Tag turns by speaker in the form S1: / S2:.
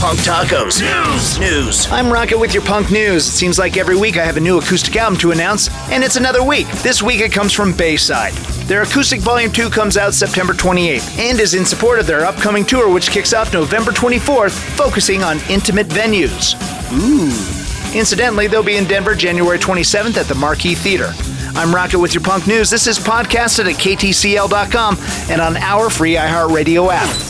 S1: Punk tacos. News. News.
S2: I'm rocking with your punk news. It seems like every week I have a new acoustic album to announce, and it's another week. This week it comes from Bayside. Their acoustic volume 2 comes out September 28th and is in support of their upcoming tour, which kicks off November 24th, focusing on intimate venues. Ooh. Incidentally, they'll be in Denver January 27th at the Marquee Theater. I'm rocking with your punk news. This is podcasted at ktcl.com and on our free iHeartRadio app.